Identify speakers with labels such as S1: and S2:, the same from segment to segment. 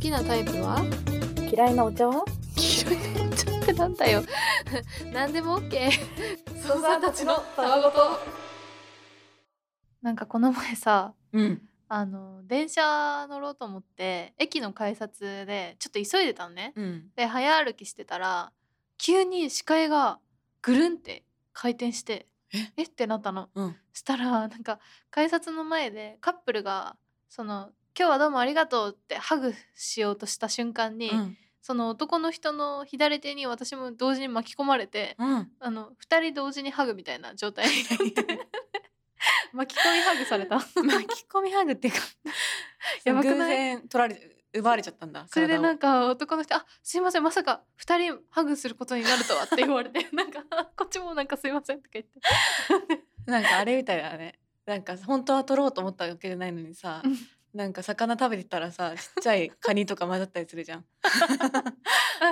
S1: きなタイプは
S2: 嫌いなお茶は
S1: 黄色いちょっとなんだよ何でも OK ソーサーたちのたわごとなんかこの前さ
S2: うん
S1: あの電車乗ろうと思って駅の改札でちょっと急いでたのね
S2: うん
S1: で早歩きしてたら急に視界がぐるんって回転して
S2: え
S1: えってなったの
S2: うん
S1: したらなんか改札の前でカップルがその「今日はどうもありがとう」ってハグしようとした瞬間に、
S2: うん
S1: その男の人の左手に私も同時に巻き込まれて
S2: うん
S1: あの2人同時にハグみたいな状態になって 巻き込みハグされた
S2: 巻き込みハグって いうか
S1: やばくない
S2: 偶然取られ奪われちゃったんだ
S1: それでなん
S2: か
S1: か男の人「あすいませんまさか2人ハグすることになるとは」って言われて なんかこっちもなんか「すいません」とか言って
S2: なんかあれみたいだねなんか本当は取ろうと思ったわけじゃないのにさ
S1: うん
S2: なんか魚食べてたらさちっちゃいカニとか混ざったりするじゃん あ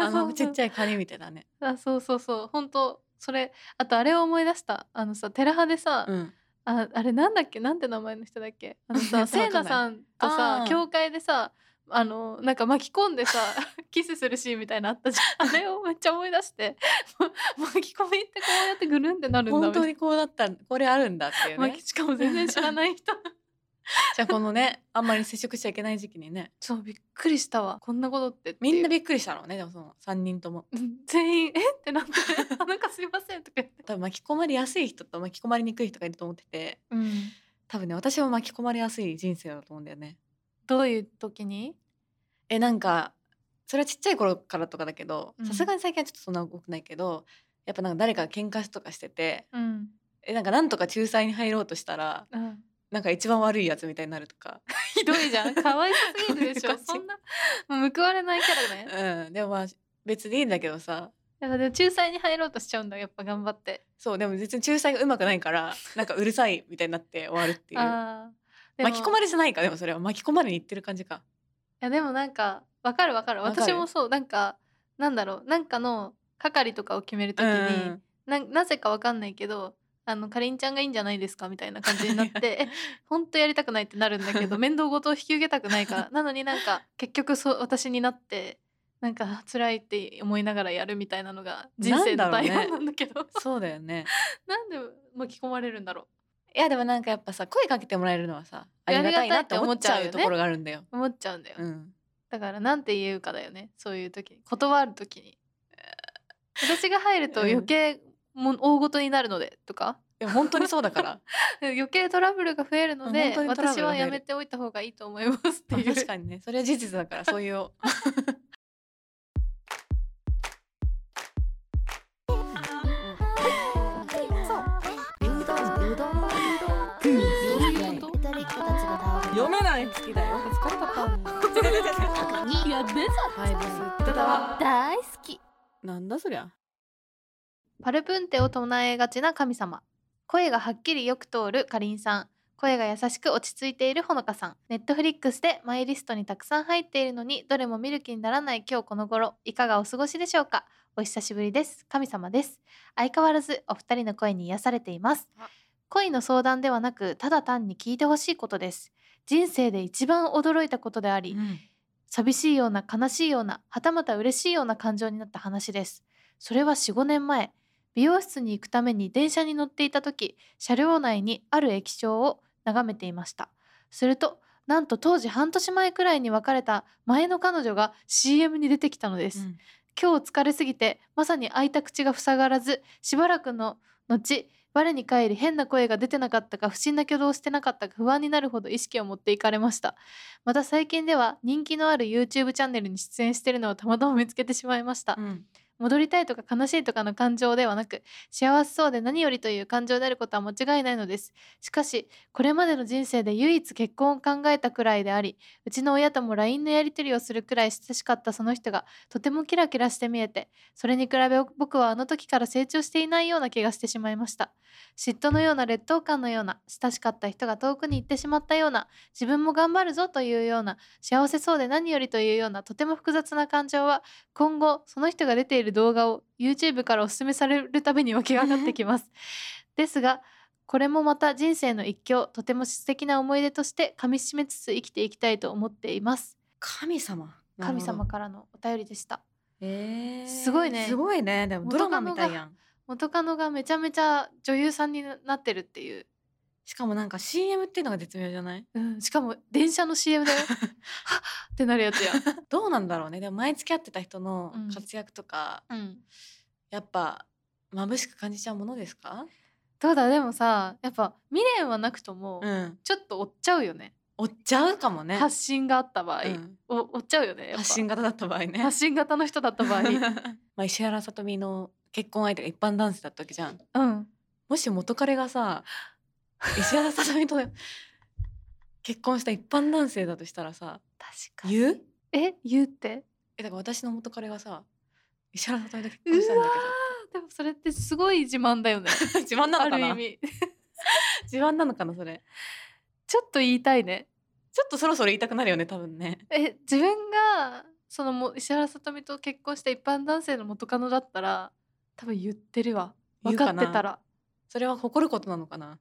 S1: あ
S2: のちっち
S1: ゃい
S2: ゃいカニみたいだね
S1: あそうそうそう本当それあとあれを思い出したあのさ寺派でさ、
S2: うん
S1: ああれなんだっけなんて名前の人だっけあの
S2: わ
S1: さ
S2: かんな
S1: せ
S2: い
S1: い なさんと
S2: あ
S1: さ
S2: ー
S1: 教会でさあのなんか巻き込んでさ キスするシーンみたいなのあったじゃんあれをめっちゃ思い出しても巻き込みってこうやってぐるんってなるんだ
S2: 本
S1: みた
S2: 当
S1: いな
S2: にこうだったんこれあるんだっていうね
S1: 巻きしかも全然知らない人
S2: じゃあこのねあんまり接触しちゃいけない時期にね
S1: そうびっくりしたわこんなことってって
S2: みんな
S1: び
S2: びっくりしたろうねでもその3人とも
S1: 全員「えっ?」てなって 「あなんかすいません」とか言って、
S2: 多分巻き込まれやすい人と巻き込まれにくい人がいると思ってて多分ね私も巻き込まれやすい人生だと思うんだよね
S1: どういう時に
S2: えなんかそれはちっちゃい頃からとかだけど
S1: うん
S2: さすがに最近はちょっとそんな多くないけどやっぱなんか誰かが喧嘩とかしてて
S1: うん、
S2: えなんかなんとか仲裁に入ろうとしたら
S1: うん、
S2: なんか一番悪いやつみたいになるとか、
S1: ひどいじ ゃんかわいそうすぎるでし
S2: こうい
S1: ょ
S2: う感じ
S1: そんなもう報われないキャラね
S2: うん、でもまあ別にいいんだけどさ
S1: やっぱでも仲裁に入ろうとしちゃうんだやっぱ頑張って。
S2: そうでも別に仲裁がうまくないからなんかうるさいみたいになって終わるっていう
S1: あー
S2: 巻き込
S1: い
S2: まれじゃないかでもそれは巻き込まれにいってる感じか
S1: やでもなんかわかるわかる
S2: わかる
S1: 私もそうなんかなんだろうなんかの係とかを決めるときに、
S2: うん
S1: ななぜかわかんないけどあのかりんちゃんがいいんじゃないですかみたいな感じになって え本当やりたくないってなるんだけど面倒ごとを引き受けたくな いからなのになんか結局そう私になってなんか辛いって思いながらやるみたいなのが人生の
S2: なん
S1: 大
S2: だろうね
S1: 半なんだけど
S2: そうだよね
S1: なんで巻き込まれるんだろ
S2: いやでもなんかやっぱさ声かけてもらえるのはさあ
S1: いや
S2: りがたいなって思っちゃ
S1: あり
S2: う
S1: が
S2: と
S1: たいって思っちゃうよね
S2: ころがあるんだよ。
S1: う思っちゃうんだよ。
S2: うん、
S1: だからなんて言うかだよねそういう時に断る時に私が入ると余計もう大ごとになるのでとか
S2: でも本当にそうだ から。
S1: 余計トラブルが増えるので
S2: 本当にトラブ
S1: 私
S2: ルが増える
S1: はやめておいた方がいいと思いますって
S2: まあ
S1: いう
S2: 確かにねそれは事実だからそういう
S3: 読めない好きだよ疲れたいや
S2: は
S3: 別
S2: いです
S3: 大好き
S2: なんだそりゃ
S1: パルプンテを唱えがちな神様声がはっきりよく通るかりんさん声が優しく落ち着いているほのかさんネットフリックスでマイリストにたくさん入っているのにどれも見る気にならない今日この頃いかがお過ごしでしょうかお久しぶりです神様です相変わらずお二人の声に癒されています恋の相談ではなくただ単に聞いてほしいことです人生で一番驚いたことであり、寂しいような悲しいようなはたまた嬉しいような感情になった話ですそれは45年前美容室に行くために電車に乗っていた時車両内にある液晶を眺めていましたするとなんと当時半年前くらいに別れた前の彼女が CM に出てきたのです、
S2: うん
S1: 今日疲れすぎてまさに開いた口が塞がらずしばらくの後我に返り変な声が出てなかったか不審な挙動をしてなかったか不安になるほど意識を持っていかれましたまた最近では人気のある YouTube チャンネルに出演しているのをたまたま見つけてしまいました、
S2: うん
S1: 戻りたいとか悲しいとかの感情ではなく幸せそうで何よりという感情であることは間違いないのですしかしこれまでの人生で唯一結婚を考えたくらいでありうちの親とも LINE のやり取りをするくらい親しかったその人がとてもキラキラして見えてそれに比べ僕はあの時から成長していないような気がしてしまいました嫉妬のような劣等感のような親しかった人が遠くに行ってしまったような自分も頑張るぞというような幸せそうで何よりというようなとても複雑な感情は今後その人が出ている動画を YouTube からお勧めされるたびに湧き上がってきます ですがこれもまた人生の一興とても素敵な思い出として噛み締めつつ生きていきたいと思っています
S2: 神様なるほ
S1: 神
S2: ど
S1: 様からのお便りでした
S2: えー
S1: すごいね
S2: すごいねでもドラマみたいやん
S1: 元カノがめちゃめちゃ女優さんになってるっていう、
S2: しかもなんか CM っていうのが絶妙じゃない
S1: うん、しかも電車の CM だよはっってなるやつや、
S2: どうなんだろうねでも前付き合ってた人の
S1: うん
S2: 活躍とか、
S1: うん、
S2: やっぱ眩しく感じちゃうものですか
S1: どうだでもさやっぱ未練はなくとも、
S2: うん
S1: ちょっと追っちゃうよね
S2: 追っちゃうかもね
S1: 発信があった場合、
S2: うん
S1: お追っちゃうよねやっぱ
S2: 発信型だった場合ね
S1: 発信型の人だった場 合
S2: まあ石原さとみの結婚相手が一般男性だったわけじゃん
S1: うん
S2: もし元彼が さ石原さとみと結婚した一般男性だとしたらさ
S1: 確かに
S2: 言う
S1: え言うって
S2: えだから私の元彼がさ石原さとみと結婚したんだ
S1: でもそれってすごい自慢 だよね
S2: けど 自慢なのか
S1: あ
S2: な
S1: る意味
S2: 自慢なのかなそれ
S1: ちょっと言いたいね
S2: ちょっとそろそろ言いたくなるよね多分ね
S1: え自分がそのも石原さとみと結婚した一般男性の元カノだったら多分言ってるわ
S2: 言う
S1: 分か
S2: かな
S1: ってたら
S2: それは誇ることなのかな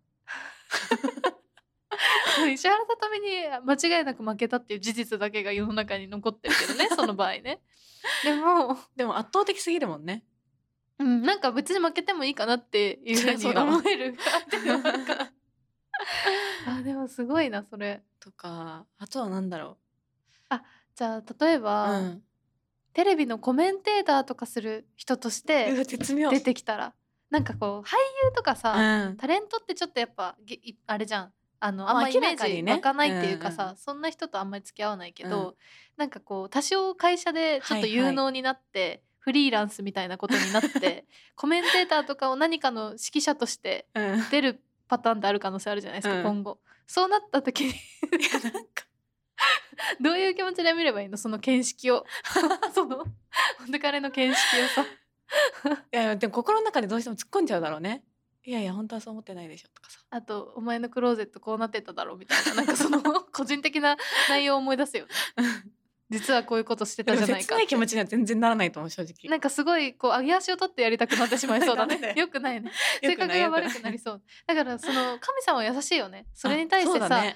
S1: 石原さとみに間違いなく負けたっていう事実だけが世の中に残ってるけど ねその場合ねでも、
S2: でも圧倒的すぎるもんね
S1: うん、なんか別に負けてもいいかなっていう ふう
S2: そう
S1: に
S2: だわ
S1: 思えるあでもすごいなそれ
S2: とかあとは何だろ
S1: じゃあ例え
S2: う、
S1: ば、
S2: うん
S1: テレビのコメンテーターとかする人とし
S2: うわ
S1: て
S2: 絶妙
S1: 出てきたらなんかこう俳優とかさ、
S2: うん
S1: タレントってちょっとやっぱげいあれじゃんあの
S2: ま
S1: あ
S2: あ
S1: んまイメ
S2: 明らか
S1: ージ
S2: にね
S1: 湧かないっていうかさ、
S2: うんう
S1: そんな人とあんまり付き合わないけど、
S2: う
S1: なんかこう多少会社でちょっと有能になって、フリーランスみたいなことになって コメンテーターとかを何かの指揮者として
S2: うん
S1: 出るパターンである可能性あるじゃないですか、
S2: うん
S1: 今後そうなった時に どういう気持ちで見ればいいのその見識 をその元彼の見識をさ
S2: いやでも心の中でどうしても突っ込んじゃうだろうねいやいや本当はそう思ってないでしょとかさ
S1: あとお前のクローゼットこうなってただろみたいななんかそ の個人的な内容を思い出すよね実はこういうことして
S2: で
S1: たじ
S2: も
S1: ゃない
S2: 切
S1: か
S2: ない気持ちには全然ならないと思う正直
S1: なんかすごいこう揚げ足を取ってやりたくなってしまいそうだ
S2: ダメ
S1: ね
S2: だよ
S1: よくないね
S2: 良
S1: 性格
S2: 良
S1: が悪くなりそうだからその神様は優しいよねそれに対して
S2: あそ
S1: さ
S2: うだ
S1: あ,、
S2: ね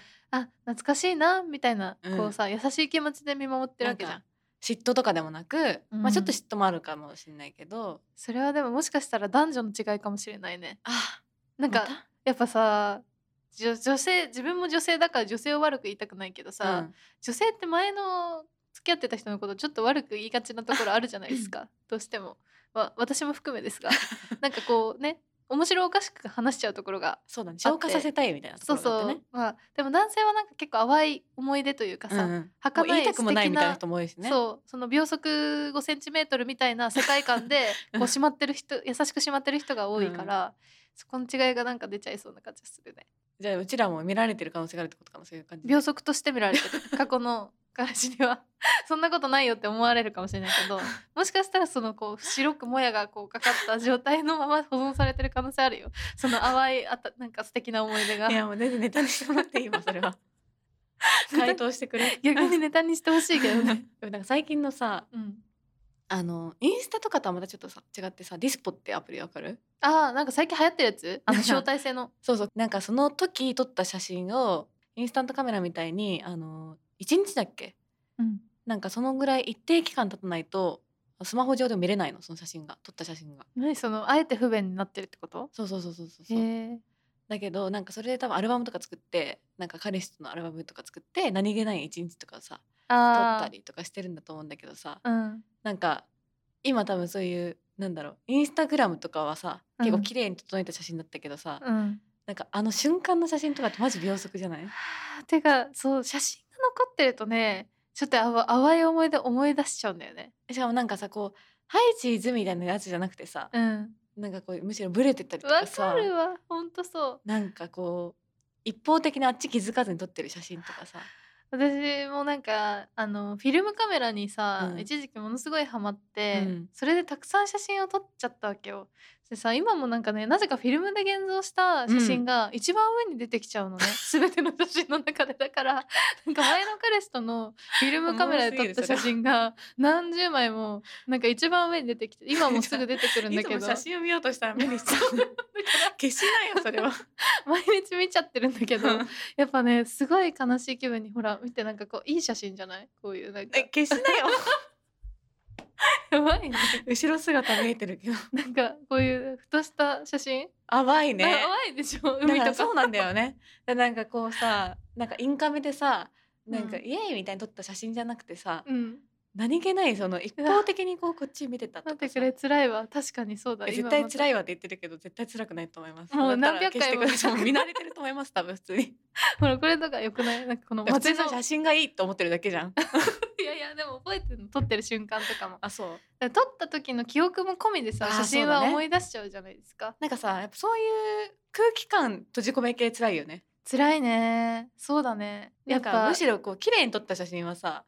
S1: 懐かしいなみたいな、
S2: うん
S1: こうさ優しい気持ちで見守ってるわけじゃ
S2: な
S1: ん
S2: んか嫉妬とかでもなく、
S1: うん
S2: まあちょっと嫉妬もあるかもしれないけど
S1: それはでももしかしたら男女の違いかもしれないね
S2: あ
S1: なん
S2: ま
S1: か
S2: た
S1: やっぱさ女女性自分も女性だから女性を悪く言いたくないけどさ、
S2: うん
S1: 女性って前の付き合ってた人のことちょっと悪く言いがちなところあるじゃないで すかどうしても、ま、私も含めですがなんかこうね面白おかしく話しちゃうところが
S2: そうだね
S1: あって
S2: 消化させたいみたいなと
S1: そう
S2: ころだっ
S1: そ
S2: て
S1: う、
S2: ね
S1: まあでも男性はなんか結構淡い思い出というかさ、
S2: うんうんもう
S1: 儚
S2: 言
S1: い
S2: いたくもないみたいな人も多いしね
S1: そうその秒速5センチメートルみたいな世界 観で
S2: うん
S1: こうしまってる人優しくしまってる人が多いから、そこの違いがなんか出ちゃいそうな感じがするね
S2: じゃあうちらも見られてる可能性があるってことかもそういう感じで
S1: 秒速として見られてる過去の彼氏にはそんなことないよって思われるかもしれないけどもしかしたらそのこう白くもやがこうかかった状態のまま保存されてる可能性あるよその淡いあたなんか素敵な思い出が
S2: いやもう全然ネタにしてもらっていいわそれ は回答してくれ
S1: 逆にネタにしてほしいけどね
S2: でもなんか最近のさ
S1: うん
S2: あのインスタとかとはまたちょっとさ違ってさディスポってアプリわかる
S1: あーなんか最近流行ってるやつあの
S2: なんか
S1: 招待制の
S2: そうそうなんかその時撮った写真をインスタントカメラみたいにあの1日だっけ
S1: うん
S2: なんかそのぐらい一定期間経たないとスマホ上でも見れないのその写真が撮った写真が
S1: 何そのあえて不便になってるってこと
S2: そうそうそうそうそうそ
S1: へ
S2: う
S1: え
S2: だけどなんかそれで多分アルバムとか作ってなんか彼氏とのアルバムとか作って何気ない一日とかさ撮っ
S1: あ
S2: た
S1: ー
S2: りとかしてるんだと思うんだけどさ
S1: うん
S2: なんか今多分そういうなんだろうインスタグラムとかはさ
S1: うん
S2: 結構綺麗に整えた写真だったけどさ、
S1: うん
S2: なんかあの瞬間の写真とかってマジ秒速じゃない
S1: はあてかそう写真が残ってるとねちょっとあわ淡い思い出思い出しちゃうんだよね
S2: しかもなんかさこう「はいチーズ」みたいなやつじゃなくてさ
S1: うん
S2: なんかこうむしろブレてったりと
S1: わ
S2: かさ
S1: かるわほんとそう
S2: なんかこう一方的にあっち気づかずに撮ってる写真とかさ
S1: 私もなんかあのフィルムカメラにさ、
S2: うん
S1: 一時期ものすごいハマって、
S2: うん
S1: それでたくさん写真を撮っちゃったわけよでさ今もなんかねなぜかフィルムで現像した写真が一番上に出てきちゃうのね、全ての写真の中でだから なんか前の彼氏とのフィルムカメラで撮った写真が何十枚もなんか一番上に出てきて今もすぐ出てくるんだ
S2: いつ
S1: け
S2: も
S1: ど
S2: 写真を見ようとしたら目にしちゃう 消しないよそれは
S1: 毎日見ちゃってるんだけどやっぱねすごい悲しい気分にほら見てなんかこういい写真じゃないこういうなんか
S2: え消しなよ
S1: やばいね
S2: 後ろ姿見えてるけど
S1: なんかこういうふとした写真、
S2: 淡い
S1: ね、
S2: ね
S1: 淡いでしょ
S2: だ
S1: 海
S2: か
S1: と
S2: ら
S1: か
S2: そうなんだよね でなんかこうさなんかインカメでさなんか
S1: うん
S2: イエーイみたいに撮った写真じゃなくてさ、
S1: うん
S2: 何気ないその一方的にこうこっち見てた
S1: 待
S2: と
S1: って
S2: か
S1: く
S2: さ
S1: れ辛いわ確かにそうだ
S2: え絶対辛
S1: い
S2: いわって言ってるけど絶対辛くないと思います
S1: もう
S2: だったら
S1: 何百回も
S2: 消してください見慣れてると思います多分普通に
S1: ほらこれとかよくないなんかこ の
S2: 普
S1: 街
S2: 通
S1: の
S2: の写真がいいと思ってるだけじゃん
S1: いやいやでも覚えてるの撮ってる瞬間とかもだ か
S2: あそう
S1: ら撮った時の記憶も込みでさ
S2: あー
S1: 写真
S2: そう
S1: は
S2: だね
S1: 思い出しちゃうじゃないですか、
S2: なんかさやっぱそういう空気感閉じ込め系辛いよね
S1: 辛いねそうだね
S2: な
S1: や
S2: ん
S1: っ
S2: か
S1: ぱ
S2: むしろこう綺麗に撮った写真はさ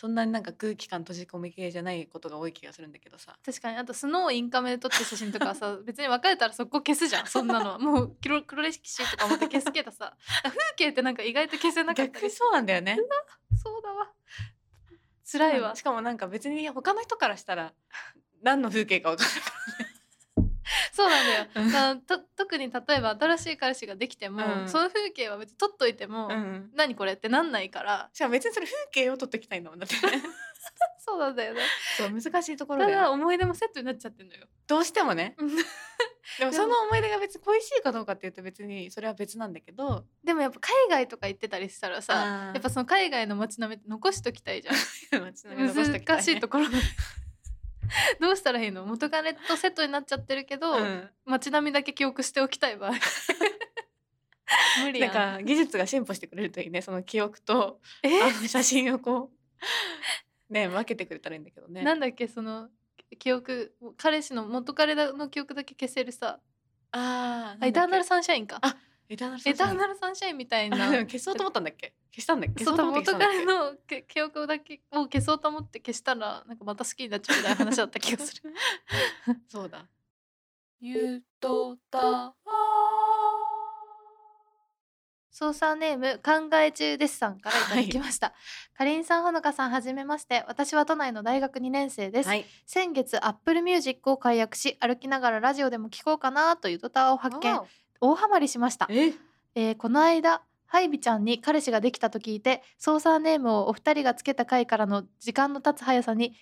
S2: そんなになんか空気感閉じ込め系じゃないことが多い気がするんだけどさ
S1: 確かにあとスノーをインカメで撮った写真とか さ別に別れたら速攻消すじゃんそんな のはもう黒黒歴史とか思って消すけどさ風景ってなんか意外と消せなかった
S2: 逆
S1: り
S2: に
S1: し
S2: そうなんだよね
S1: そうだわ辛いわ
S2: しかもなんか別に他の人からしたら 何の風景か分かんない
S1: そうなんだ
S2: う
S1: よ
S2: ん
S1: だからと特に例えば新しい彼氏ができても、
S2: うん
S1: その風景は別に撮っといても、
S2: うん、
S1: 何これってなんないから
S2: しかも別にそれ風景を撮ってきたいんだもんだって
S1: そうなんだよね
S2: そう難しいところ
S1: た
S2: だ
S1: だ
S2: よ
S1: 思い出もセットになっちゃってんのよ
S2: どうしても ね
S1: うん
S2: でもその思い出が別に恋しいかどうかっていうと別にそれは別なんだけど
S1: でもやっぱ海外とか行ってたりしたらさ
S2: さ
S1: やっぱその海外の街並みって残しときたいじゃん難しいと
S2: こ
S1: ころ どうしたらいいの元彼とセットになっちゃってるけど、街並みだけ記憶しておきたい場合無理
S2: な
S1: や
S2: ん
S1: ん
S2: か技術が進歩してくれるといいねその記憶と
S1: え
S2: あの写真をこうね分けてくれたらいいんだけどね
S1: なんだっけその記憶彼氏の元彼の記憶だけ消せるさ
S2: あ
S1: あエターナル
S2: サ
S1: サンシャインか
S2: あエターナル
S1: エター
S2: ル
S1: ナルサンシャインみたいな
S2: あでも消そうと思ったんだっけ消したんだっけ
S1: そ う
S2: 消そうと思って
S1: 元
S2: 消したんだっ
S1: 彼
S2: け
S1: のけ記憶だけを消そうと思って消したらなんかまた好きになっちゃうみたいな話だった気がする
S2: そうだ
S3: ゆとた
S1: 操作ネーム考え中ですさんからいただきました、かりんさんほのかさんはじめまして私は都内の大学2年生です、
S2: はい
S1: 先月 Apple Music を解約し歩きながらラジオでも聴こうかなというドタワを発見
S2: わ
S1: 大ハマりしました
S2: お、え
S1: えーこの間ハイビちゃんに彼氏ができたと聞いて操作ネームをお二人がつけた回からの時間の経つ速さに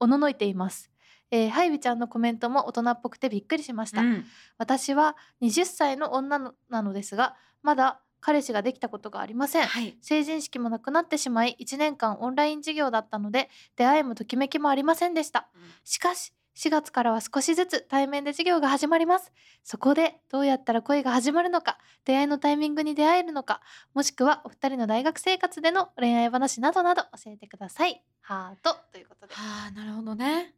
S1: おののいています、えーハイビちゃんのコメントも大人っぽくてびっくりしました、
S2: うん
S1: 私は20歳の女のなのですがまだ彼氏ができたことがありません
S2: はい
S1: 成人式もなくなってしまい1年間オンライン授業だったので出会いもときめきもありませんでしたしかし4月からは少しずつ対面で授業が始まりますそこでどうやったら恋が始まるのか出会いのタイミングに出会えるのかもしくはお二人の大学生活での恋愛話などなど教えてくださいハートということで
S2: はあなるほどね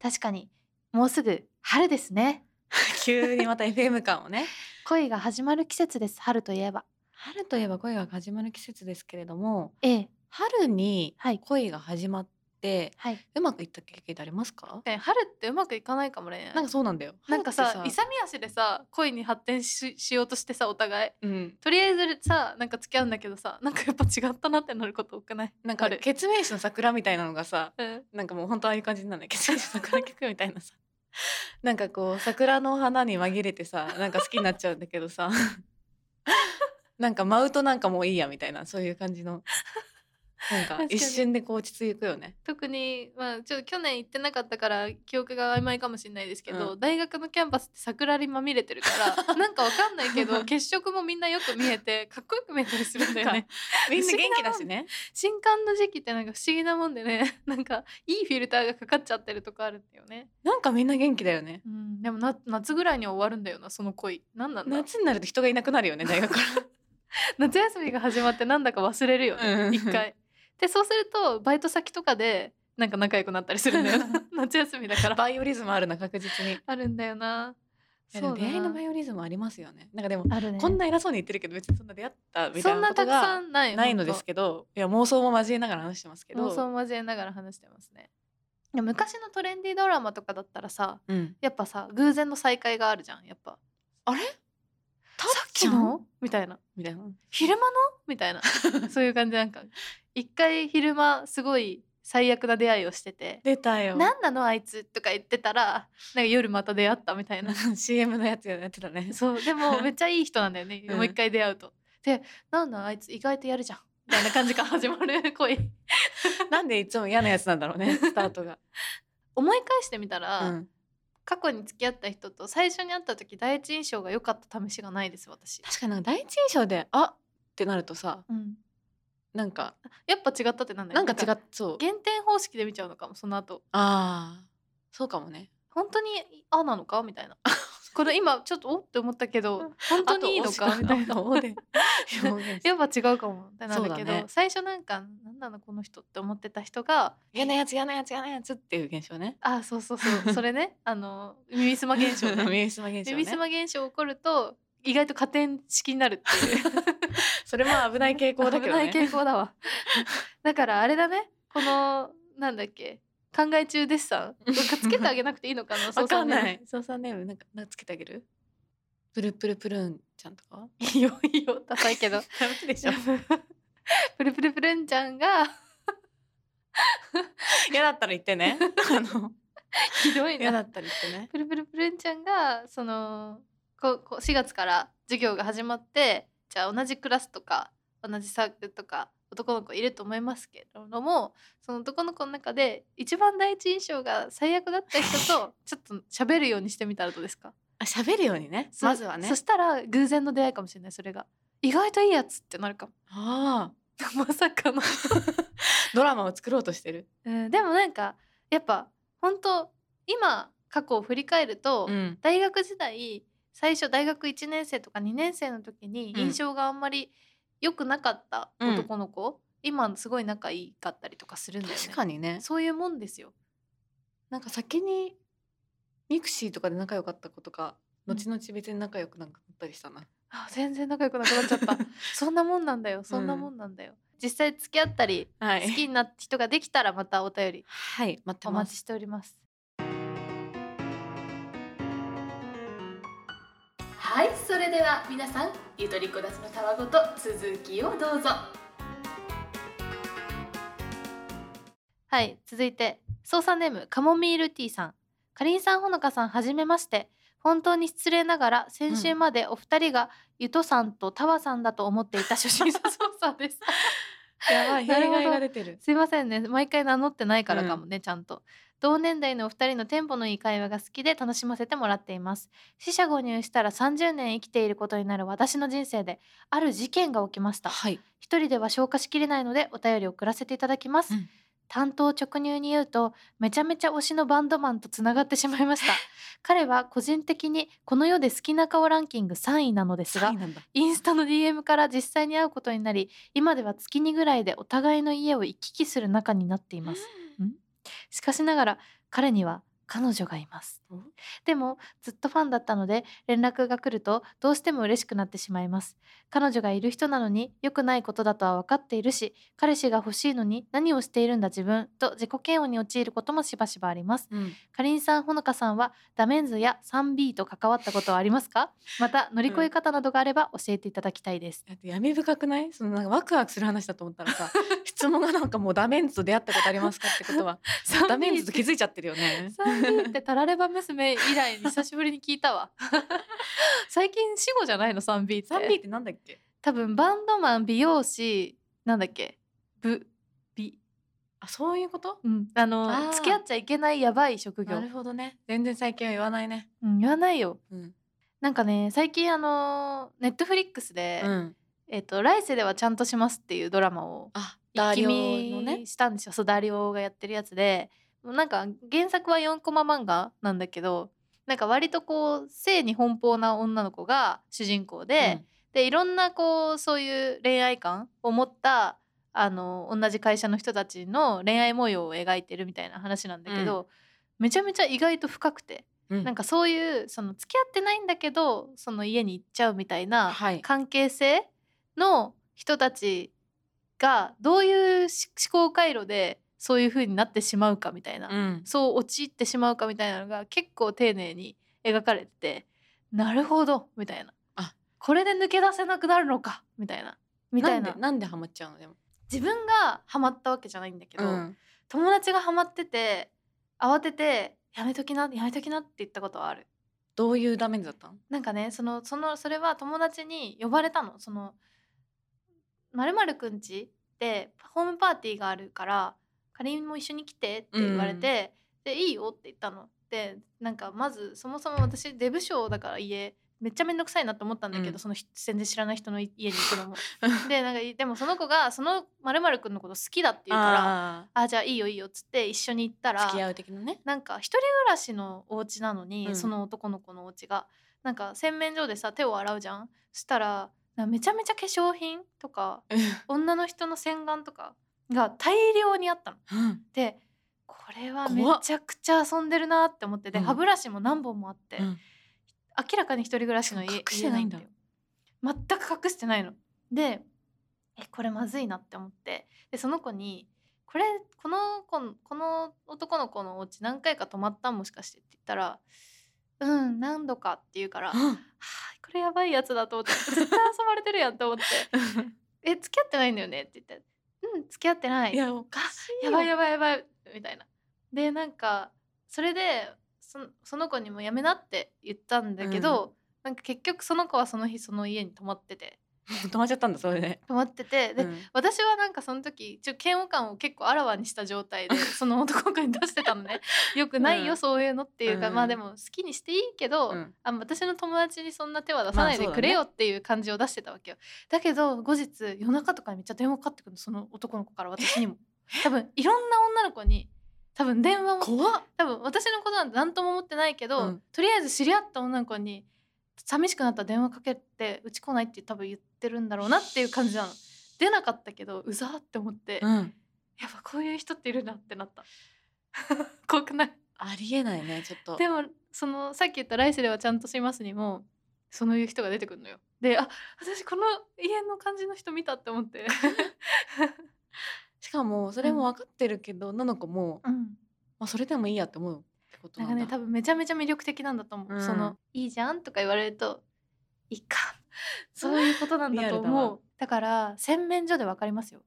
S1: 確かにもうすぐ春ですね
S2: 急にまた FM 感をね
S1: 恋が始まる季節です春といえば
S2: 春といえば恋が始まる季節ですけれども
S1: ええ
S2: 春に
S1: はい
S2: 恋が始まって、
S1: はいう
S2: まくいった経験ってありますか
S1: 春ってうまくいかないかもね
S2: なんかそうなんだよ
S1: なんかさ
S2: 春って
S1: 勇み足でさ恋に発展ししようとしてさお互い
S2: うん、
S1: とりあえずさなんか付き合うんだけどさなんかやっぱ違ったなってなること多くない
S2: なんか
S1: 春
S2: 結面師の桜みたいなのがさ
S1: うん
S2: なんかもう本当ああいう感じになるね結面師の桜曲みたいなさなんかこう桜の花に紛れてさなんか好きになっちゃうんだけどさなんか舞うとなんかもういいやみたいなそういう感じのなん
S1: 確か
S2: か
S1: に
S2: 一瞬でこう落ち着くよね
S1: 特にまあちょっと去年行ってなかったから記憶が曖昧かもしれないですけど、
S2: う
S1: 大学のキャンパスって桜にまみれてるからなんかわかんないけど血色もみんなよく見えてかっこよく見えたりするんだよ
S2: なん
S1: ね
S2: かみんな元気だしね
S1: 新刊の時期ってなんか不思議なもんでねなんかいいフィルターがかかっちゃってるとこあるんだよね、
S2: なんかみんな元気だよね
S1: うん、でもな夏ぐらいには終わるんだよなその恋なん なんだ
S2: 夏になると人がいなくなるよね大学か
S1: 夏休みが始まってなんだか忘れるよ
S2: う
S1: ね
S2: ん
S1: 一回。でそうするとバイト先とかでなんか仲良くなったりするんだよ な夏休みだからら。
S2: バイオリズムあるな確実に
S1: あるんだよな。
S2: いやでも出会いのバ
S1: イ
S2: イオリズムありますよねなんかでも、
S1: あるね。
S2: こんな偉そうに言ってるけど別にそんな出会ったみた
S1: そ
S2: い
S1: ん
S2: な
S1: な
S2: こ
S1: た
S2: と
S1: くさ
S2: が
S1: んない
S2: ないのですけどいや妄想も交えながら話してますけ
S1: ど
S2: ど
S1: 妄想を交えながら話してますね。でも昔のトレンディードラマとかだったらさ
S2: うん、
S1: やっぱさ偶然の再会があるじゃんやっぱ
S2: あれ
S1: さっきのみたいな
S2: みたいな
S1: 昼間のみ たいなそういう感じなんか一回昼間すごい最悪な出会いをしてて
S2: 出た
S1: 「
S2: よ
S1: 何なのあいつ」とか言ってたらなんか夜また出会ったみたいな
S2: CM のやつやってたね
S1: そうでもめっちゃいい人なんだよね、
S2: うん
S1: もう一回出会うと。で「なんだあいつ意外とやるじゃん」みたいな感じから始まる恋。
S2: なんでいつも嫌なやつなんだろうねスタート が、
S1: 思い返してみたら、
S2: うん
S1: 過去に付き合った人と最初に会った時第一印象が良かった試しがないです私。
S2: 確かになんか第一印象であってなるとさ
S1: うん、
S2: なんか
S1: やっぱ違ったってなんだ
S2: な
S1: よ
S2: んか違
S1: なん
S2: っそう
S1: 減点方式で見ちゃうのかもその後
S2: ああそうかもね
S1: 本当にあなのかみたいな これ今ちょっとおって思ったけど本当にいいのかみたいな
S2: 方 で表現
S1: やっぱ違うかもってな
S2: そ
S1: るけ
S2: う
S1: ど、
S2: だね
S1: 最初なんかなんなのこの人って思ってた人が
S2: 嫌なやつ嫌なやつ嫌なやつっていう現象 ね
S1: あそうそうそう それねあの耳すま現象ね
S2: 耳すま現象
S1: 耳す
S2: ね
S1: ま現象起こると意外と加点式になるって いう
S2: それも危ない傾向だけどね
S1: 危ない傾向だわ だからあれだねこのなんだっけ考え中ですさんつけてあげなくていいのかな
S2: わかん
S1: 操作
S2: な
S1: ね
S2: い操作ネームなんかなんかつけてあげるプルプルプルーンちゃんと か
S1: いいよいいよダサいけど
S2: ダメでしょ
S1: プルプルプルンちゃんが
S2: 嫌だったら言ってね あの
S1: ひどい
S2: 嫌だ
S1: な
S2: ったら言ってね
S1: プルプルプルンちゃんがそのここ4月から授業が始まってじゃあ同じクラスとか同じサークルとか男の子いると思いますけれどもその男の子の中で一番第一印象が最悪だった人とちょっと喋るようにしてみたらどうですか
S2: あ喋るようにね
S1: そ
S2: まずはね
S1: そしたら偶然の出会いかもしれないそれが意外といいやつってなるかも
S2: ああ
S1: まさかの
S2: ドラマを作ろうとしてる
S1: うん、でもなんかやっぱ本当今過去を振り返ると、
S2: ん
S1: 大学時代最初大学1年生とか2年生の時に
S2: うん
S1: 印象があんまり良くなかった
S2: うん
S1: 男の子、今すごい仲いいかったりとかするんだよね
S2: 確かにね
S1: そういうもんですよ
S2: なんか先にミクシーとかで仲良かった子とか
S1: うん
S2: 後々別に仲良くなかったりしたな、
S1: あ全然仲良くなくなっちゃった そんなもんなんだよそんなもんなんだよ、実際付き合ったり
S2: は
S1: 好きになった人ができたらまたお便り
S2: はい待って
S1: お
S2: ま
S1: 待ち
S2: す
S1: しておりますはいそれでは皆さんゆとりこだちのたわごと続きをどうぞはい続いて操作ネームカモミールティーさんかりんさんほのかさんはじめまして本当に失礼ながら先週までお二人がゆとさんとたわさんだと思っていた初心者操作です
S2: やばい弊
S1: なる
S2: 害
S1: ほど
S2: が出てる
S1: すいませんね毎回名乗ってないからかもね、ちゃんと同年代のお二人のテンポのいい会話が好きで楽しませてもらっています死者誤入したら30年生きていることになる私の人生である事件が起きました
S2: はい
S1: 一人では消化しきれないのでお便りを送らせていただきます、
S2: うん
S1: 担当直入に言うとめちゃめちゃ推しのバンドマンとつながってしまいました 彼は個人的にこの世で好きな顔ランキング3位なのですが
S2: 3位なんだ
S1: インスタの DM から実際に会うことになり今では月にぐらいでお互いの家を行き来する仲になっていますんしかしながら彼には彼女がいます
S2: お
S1: でもずっとファンだったので連絡が来るとどうしても嬉しくなってしまいます彼女がいる人なのに良くないことだとは分かっているし彼氏が欲しいのに何をしているんだ自分と自己嫌悪に陥ることもしばしばあります
S2: うん
S1: かりんさんほのかさんはダメンズや 3B と関わったことはありますかまた乗り越え方などがあれば教えていただきたい です、
S2: だって闇深くないそのなんかワクワクする話だと思ったら さ質問がなんかもうダメンズと出会ったことありますかってこと はダメンズと気づいちゃってるよね
S1: 3B ってタラレバ娘以来に久しぶりに聞いたわ最近死語じゃないの 3B って
S2: 3B ってなんだっけ
S1: 多分バンドマン美容師なんだっけぶ美
S2: あそういうこと
S1: うんあの
S2: あー
S1: 付き合っちゃいけないやばい職業
S2: なるほどね全然最近は言わないね
S1: うん言わないよ
S2: うん、
S1: なんかね最近あのネットフリックスで、
S2: うん、
S1: えっと来世ではちゃんとしますっていうドラマを
S2: あ
S1: 一
S2: ダ
S1: 気
S2: リオのね
S1: 見したんですよそうダリオがやってるやつでもうなんか原作は4コマ漫画なんだけどなんか割とこう性に奔放な女の子が主人公で、でいろんなこうそういう恋愛観を持ったあの同じ会社の人たちの恋愛模様を描いてるみたいな話なんだけど、めちゃめちゃ意外と深くて、
S2: うんうん
S1: なんかそういうその付き合ってないんだけどその家に行っちゃうみたいな
S2: はい
S1: 関係性の人たちがどういうし思考回路でそういう風になってしまうかみたいな、
S2: うん
S1: そう陥ってしまうかみたいなのが結構丁寧に描かれててなるほどみたいな
S2: あ
S1: これで抜け出せなくなるのかみたいなみたいなん
S2: でなんでハマっちゃうのでも、
S1: 自分がハマったわけじゃないんだけど、
S2: うん
S1: 友達がハマってて慌ててやめときなやめときなって言ったことはある
S2: どういうダメージだったの
S1: なんかねそのそのそれは友達に呼ばれたのそのまるまるくんちでホームパーティーがあるからかりんも一緒に来てって言われて、でいいよって言ったのでなんかまずそもそも私デブ症だから家めっちゃめんどくさいなと思ったんだけど、
S2: うん
S1: その全然知らない人の家に行くのも でなんかでもその子がそのまるまるくんのこと好きだって言うからあ
S2: あ
S1: あじゃあいいよいいよっつって一緒に行った
S2: ー
S1: ら
S2: 付き合う的なね
S1: なんか一人暮らしのお家なのに、
S2: うん
S1: その男の子のお家がなんか洗面所でさ手を洗うじゃんしたらなんかめちゃめちゃ化粧品とか女の人の洗顔とかが大量にあったの。
S2: うん
S1: でこれはめ
S2: 怖っ
S1: ちゃくちゃ遊んでるなって思ってで、
S2: うん
S1: 歯ブラシも何本もあって、
S2: うん
S1: 明らかに一人暮らしの家
S2: 隠してないんだ
S1: 家なんだよ全く隠してないの。でえこれまずいなって思ってでその子に「これこの子のこの男の子のお家何回か泊まったんもしかして」って言ったら「うん何度か」って言うから「はあこれやばいやつだ」と思って絶対遊ばれてるやんと思って「え付き合ってないんだよね」って言って「うん付き合ってない」
S2: いやおかしい
S1: やばい
S2: よ
S1: やばいやばいみたいな。でなんかそれでそその子にもやめなって言ったんだけど、なんか結局その子はその日その家に泊まってて
S2: 止まっちゃったんだそれで、
S1: 泊まっててで、
S2: うん
S1: 私はなんかその時ちょっと嫌悪感を結構あらわにした 状態でその男の子に出してたのねよくないよ、
S2: うん
S1: そういうのっていうか、
S2: うん
S1: まあでも好きにしていいけど、
S2: うん
S1: あ私の友達にそんな手は出さないで
S2: まあそうだね
S1: くれよっていう感じを出してたわけよ、だけど後日夜中とかにめっちゃ電話かかってくるのその男の子から私にも 多分いろんな女の子に多分電話も
S2: 怖っ
S1: 多分私のことなんて何とも思ってないけど、
S2: うん
S1: とりあえず知り合った女の子に寂しくなったら電話かけてうち来ないって多分言ってるんだろうなっていう感じなの出なかったけどうざーって思って、やっ
S2: うん
S1: ぱこういう人っているなってなった 怖くない
S2: ありえないねちょっと
S1: でもそのさっき言った「来世ではちゃんとします」にもそういう人が出てくるのよ。であ私この家の感じの人見たって思って。
S2: しかもそれも分かってるけど、女の子も、
S1: うん
S2: まあ、それでもいいやって思うってこと
S1: な
S2: なんん
S1: か
S2: だ
S1: ね多分めちゃめちゃ魅力的なんだと思う、
S2: うん
S1: その「いいじゃん」とか言われると「いい か」そういうことなんだと
S2: リアルだ
S1: 思
S2: わ
S1: うだから洗面所でわかりますよ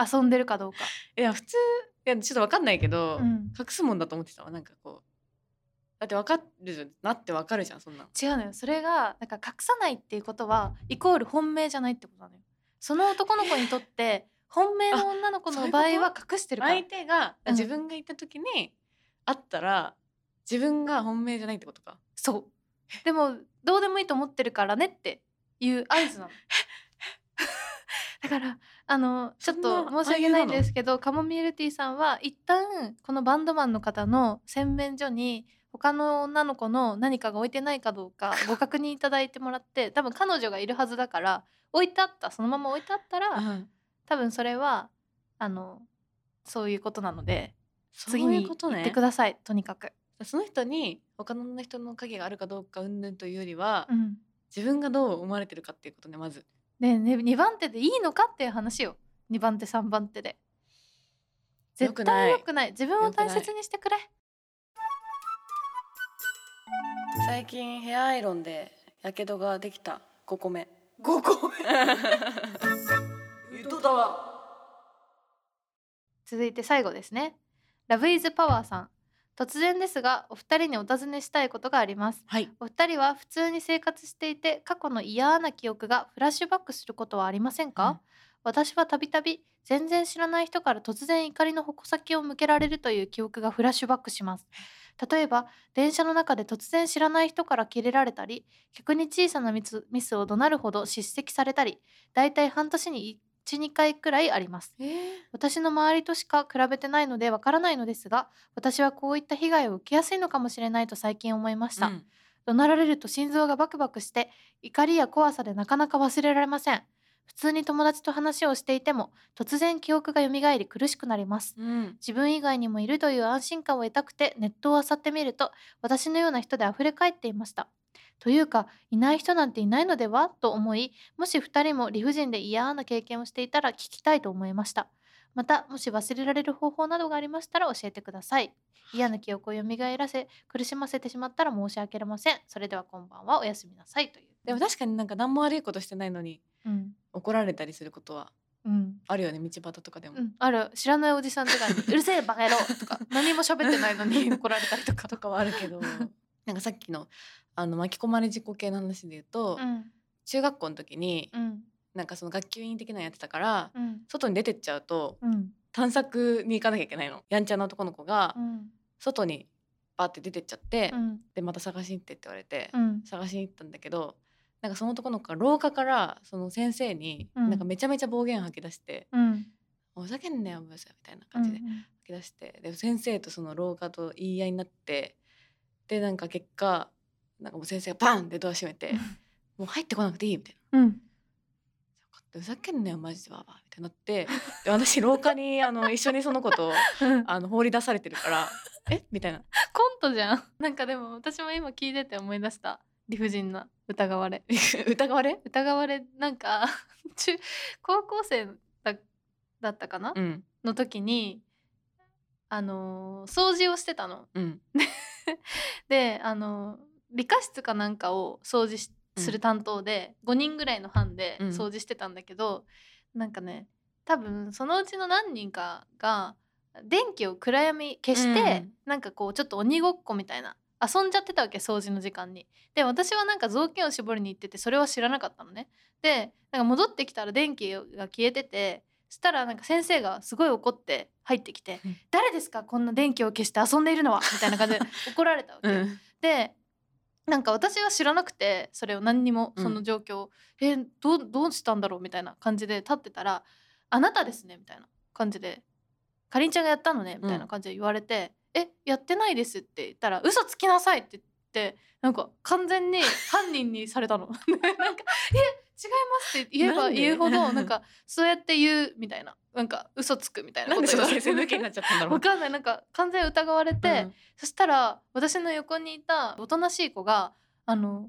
S1: 遊んでるかどうか、
S2: いや普通いやちょっと分かんないけど、
S1: うん
S2: 隠すもんだと思ってたわなんかこうだって分かるじゃんなって分かるじゃんそんなの
S1: 違うのよそれがなんか隠さないっていうことはイコール本命じゃないってことなのよその男の子にと って本命の女の子
S2: あそう
S1: の
S2: いう
S1: 場
S2: こと
S1: 合は隠してるから
S2: 相手が
S1: うん
S2: 自分がいた時に会ったら、自分が本命じゃないってことか
S1: そうでもどうでもいいと思ってるからねっていう合図なの だからあのちょっ
S2: そ
S1: と
S2: んな
S1: 申し訳な
S2: ああいうな
S1: いん
S2: の
S1: ですけどカモミールティーさんは一旦このバンドマンの方の洗面所に他の女の子の何かが置いてないかどうかご確認いただいてもら って多分彼女がいるはずだから置いてあったそのまま置いてあったら、多分それはあのそういうことなので
S2: そう
S1: 次
S2: い
S1: に
S2: うこと
S1: 行っ
S2: ね
S1: てくださいとにかく。
S2: その人に他の人の影があるかどうか云々というよりは、
S1: うん
S2: 自分がどう思われてるかっていうことねまず
S1: で、ね、2番手でいいのかっていう話よ2番手3番手で
S2: 良
S1: 絶
S2: くない
S1: 対良くない自分を大切にしてくれ
S2: 最近ヘアアイロンでやけどができた5個目5個 目ゆとだわ
S1: 続いて最後ですねラブイズパワーさん突然ですがお二人にお尋ねしたいことがあります
S2: はい
S1: お二人は普通に生活していて過去の嫌な記憶がフラッシュバックすることはありませんか、
S2: うん
S1: 私はたびたび全然知らない人から突然怒りの矛先を向けられるという記憶がフラッシュバックします例えば電車の中で突然知らない人からキレられたり逆に小さなミスミスを怒鳴るほど叱責されたりだいたい半年に12回くらいあります
S2: えー、
S1: 私の周りとしか比べてないのでわからないのですが私はこういった被害を受けやすいのかもしれないと最近思いました、
S2: うん
S1: 怒鳴られると心臓がバクバクして怒りや怖さでなかなか忘れられません普通に友達と話をしていても突然記憶が蘇り苦しくなります
S2: うん、
S1: 自分以外にもいるという安心感を得たくてネットを漁ってみると私のような人で溢れ返っていましたというかいない人なんていないのではと思いもし2人も理不尽で嫌な経験をしていたら聞きたいと思いましたまたもし忘れられる方法などがありましたら教えてください嫌な記憶を蘇らせ苦しませてしまったら申し訳ありませんそれではこんばんはおやすみなさいという
S2: でも確かになんか何も悪いことしてないのに
S1: うん
S2: 怒られたりすることは
S1: うん
S2: あるよね道端とかでも、
S1: うん、ある知らないおじさんとかに「うるせえバカ野郎」とか何も喋ってないのに怒られたりとか。
S2: とかはあるけ どなんかさっきのあの巻き込まれ事故系の話で言うと、
S1: うん
S2: 中学校の時に、
S1: うん
S2: なんかその学級委員的なのやってたから、
S1: うん
S2: 外に出てっちゃうと
S1: うん
S2: 探索に行かなきゃいけないのやんちゃな男の子が
S1: うん
S2: 外にバーって出てっちゃって、
S1: うん
S2: でまた探しに行ってって言われて、
S1: うん
S2: 探しに行ったんだけどなんかその男の子が廊下からその先生に、
S1: うん
S2: なんかめちゃめちゃ暴言吐き出して
S1: うん
S2: 「おふざけんなよブース」みたいな感じで吐き出して、で先生とその廊下と言い合いになってでなんか結果なんかもう先生がバンってドア閉めて「もう入ってこなくていい」みたいな。
S1: うん
S2: ふざけんなよマジでバーバーみたいになってで私廊下にあの一緒にその子と
S1: うん
S2: あの放り出されてるから「えみたいな
S1: コントじゃんなんかでも私も今聞いてて思い出した理不尽な疑われ
S2: 疑われ
S1: 疑われなんか中高校生だだったかな、
S2: うん
S1: の時にあのー掃除をしてたの
S2: うん
S1: であの理科室かなんかを掃除し
S2: うん
S1: する担当で、5人ぐらいの班で
S2: うん
S1: 掃除してたんだけど、なんかね多分そのうちの何人かが電気を暗闇消して、
S2: うん
S1: なんかこうちょっと鬼ごっこみたいな遊んじゃってたわけ掃除の時間に。で私はなんか雑巾を絞りに行っててそれは知らなかったのね。でなんか戻ってきたら電気が消えててしたらなんか先生がすごい怒って入ってきて
S2: うん
S1: 「誰ですかこんな電気を消して遊んでいるのは」みたいな感じで怒られた わけ。
S2: うん
S1: でなんか私は知らなくてそれを何にも
S2: うん
S1: その状況を、えどうどうしたんだろうみたいな感じで立ってたら「あなたですね」みたいな感じで「かりんちゃんがやったのね」みたいな感じで言われて「えやってないです」って言ったら「嘘つきなさい」って言ってなんか完全に犯人にされたの。 なんか「え違います」って言え
S2: な
S1: ば
S2: んで
S1: 言うほ どなんかそうやって言うみたいななんか嘘つくみたいな
S2: なん
S1: こ
S2: でそ
S1: と言
S2: の
S1: われ
S2: 先
S1: て
S2: 生抜きになっちゃったんだろ
S1: わ
S2: う
S1: かんないなんか完全に疑われて。
S2: うん
S1: そしたら私の横にいたおとなしい子があの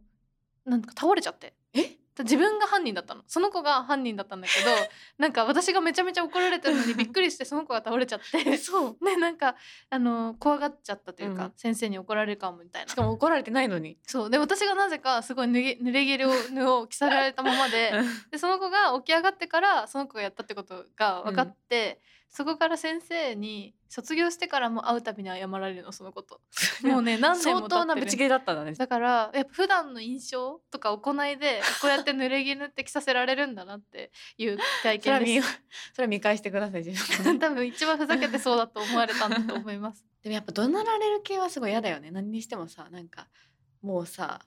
S1: なんか倒れちゃって
S2: え
S1: 自分が犯人だったのその子が犯人だったんだ けどなんか私がめちゃめちゃ怒られてるのにびっくりしてその子が倒れちゃってそう でなんかあの怖がっちゃったというか、
S2: うん
S1: 先生に怒られるかもみたいな
S2: しかも怒られてないのに。
S1: そうで私がなぜかすごいぬげ濡れ毛を布を着せられたまま ででその子が起き上がってからその子がやったってことが分かって、そこから先生に卒業してからも会うたびに謝られるのそのこと もうね何年
S2: 相
S1: も経
S2: 当な
S1: っ
S2: ぶ
S1: て
S2: ち
S1: る
S2: 切れだったんだね。
S1: だからやっぱ普段の印象とか行い でこうやって濡れ着塗って着させられるんだなっていう体
S2: それは
S1: 験
S2: 見
S1: で
S2: それは見返してください自
S1: す
S2: 分。
S1: 多分一番ふざけてそうだと思われたんだと思います
S2: でもやっぱ怒鳴られる系はすごい嫌だよね。何にしてもさなんかもうさ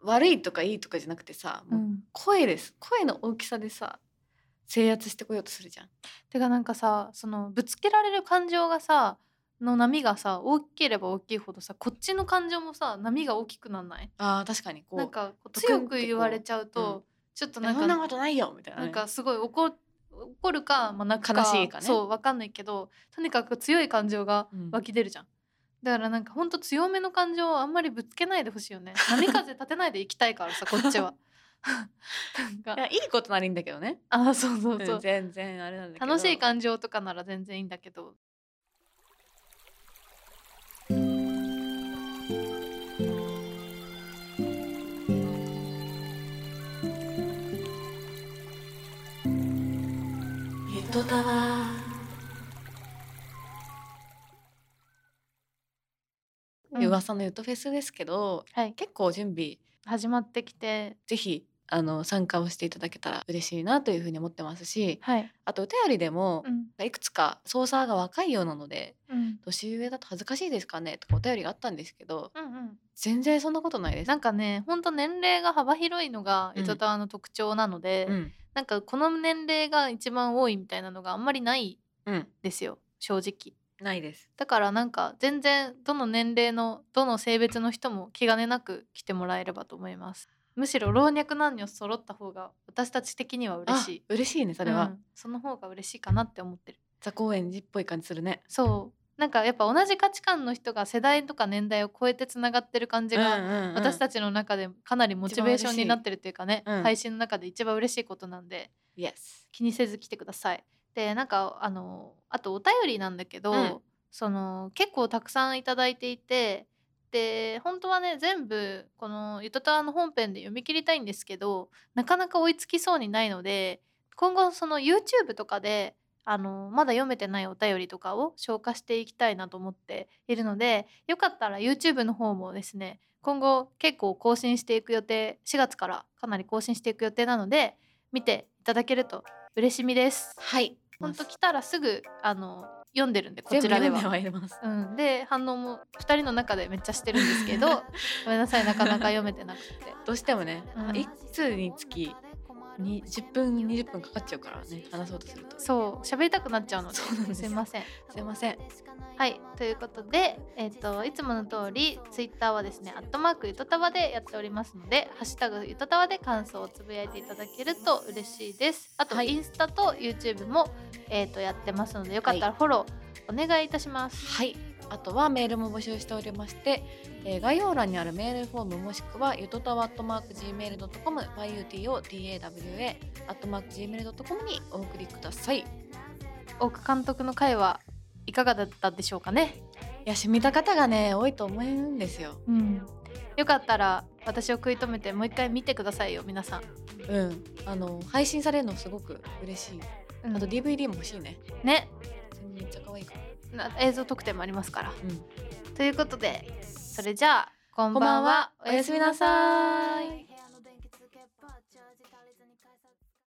S2: 悪いとかいいとかじゃなくてさ、 もうう声です声の大きさでさ制圧してこようとするじゃん。
S1: てかなんかさそのぶつけられる感情がさの波がさ大きければ大きいほどさこっちの感情もさ波が大きくなんない
S2: ああ確かにこう
S1: なんかこう
S2: ドクンって
S1: 強く言われちゃうと、
S2: うん
S1: ちょっとな
S2: なんんかそんな
S1: か
S2: ことないよみたいなね、
S1: なんかすごい怒怒るか、まあ、泣くか
S2: 悲しいかね
S1: そうわかんないけどとにかく強い感情が
S2: うん
S1: 湧き出るじゃん、だからなんかほんと強めの感情をあんまりぶつけないでほし いよね波風立てないで行きたいからさこっちはなん
S2: い
S1: か
S2: やいいことならいいんだけどね。
S1: あそうそうそう、
S2: うん全然あれなんだけど。
S1: 楽しい感情とかなら全然いいんだけど
S3: ヘッドタワー
S1: うん
S2: 噂のゆとフェスですけど、
S1: はい
S2: 結構準備
S1: 始まってきて
S2: ぜひあの参加をしていただけたら嬉しいなというふうに思ってますし
S1: はい、
S2: あとお便りでも
S1: う、ん
S2: いくつか操作が若いようなので
S1: うん、
S2: 年上だと恥ずかしいですかねとかお便りがあったんですけど
S1: うんうん
S2: 全然そんなことないです。
S1: なんかねほんと年齢が幅広いのが
S2: うん
S1: エトタワーの特徴なので、
S2: うん
S1: なんかこの年齢が一番多いみたいなのがあんまりない
S2: うん、
S1: ですよ正直
S2: ないです。
S1: だからなんか全然どの年齢のどの性別の人も気兼ねなく来てもらえればと思いますむしろ老若男女揃った方が私たち的には嬉
S2: 嬉
S1: し
S2: し
S1: い
S2: い嬉しいねそれは、
S1: うんその方が嬉しいかなって思ってる
S2: ザ高円寺っぽい感じするね。
S1: そうなんかやっぱ同じ価値観の人が世代とか年代を超えてつながってる感じが、私
S2: ち
S1: たちの中でかなりモチベーションになってるというかね、
S2: 一番嬉しいうん
S1: 配信の中で一番嬉しいことなんで
S2: Yes
S1: 気にせず来てくださいでなんかあのあとお便りなんだけど、
S2: うん
S1: その結構たくさんいただいていてで本当はね全部この「ゆとたわ」の本編で読み切りたいんですけどなかなか追いつきそうにないので今後その YouTube とかであのまだ読めてないお便りとかを消化していきたいなと思っているのでよかったら YouTube の方もですね今後結構更新していく予定4月からかなり更新していく予定なので見ていただけると嬉しみです。
S2: はい
S1: ほんと来たらすぐあの読んでるんでこ
S2: 全部
S1: ちらで
S2: 読ん
S1: は。
S2: ではいます
S1: うん、で反応も2人の中でめっちゃしてるんですけ どごめんなさいなかなか読めてなくて
S2: どうしてもね、
S1: うん
S2: 一通につきに10分20分かかっちゃうからね話そうとするとす
S1: そう喋りたくなっちゃうので
S2: そうなんです
S1: いません。
S2: いません
S1: はいということで、えっといつもの通りツイッターはですね「アットマークゆとたわ」でやっておりますので「ハッシュタグゆとたわ」で感想をつぶやいていただけると嬉しいですあと、
S2: はい
S1: インスタと YouTube も、えっとやってますのでよかったらフォローお願いいたします。
S2: はいあとはメールも募集しておりまして、えー概要欄にあるメールフォームもしくはゆとたわ @gmail.com yutotawa@gmail.com にお送りくださいい
S1: 奥監督の回はいかがだったでしょうかね、
S2: やしみた方がね多いと思うんですよ
S1: うん、よかったら私を食い止めてもう一回見てくださいよ皆さん、
S2: うんあの配信されるのすごく嬉しい
S1: うん
S2: あと DVD も欲しいね
S1: ね
S2: めっちゃ可愛いから
S1: な映像特典もありますから
S2: うん
S1: ということでそれじゃあこん
S2: こんば
S1: ばん
S2: んは
S1: は
S2: おやすみなさい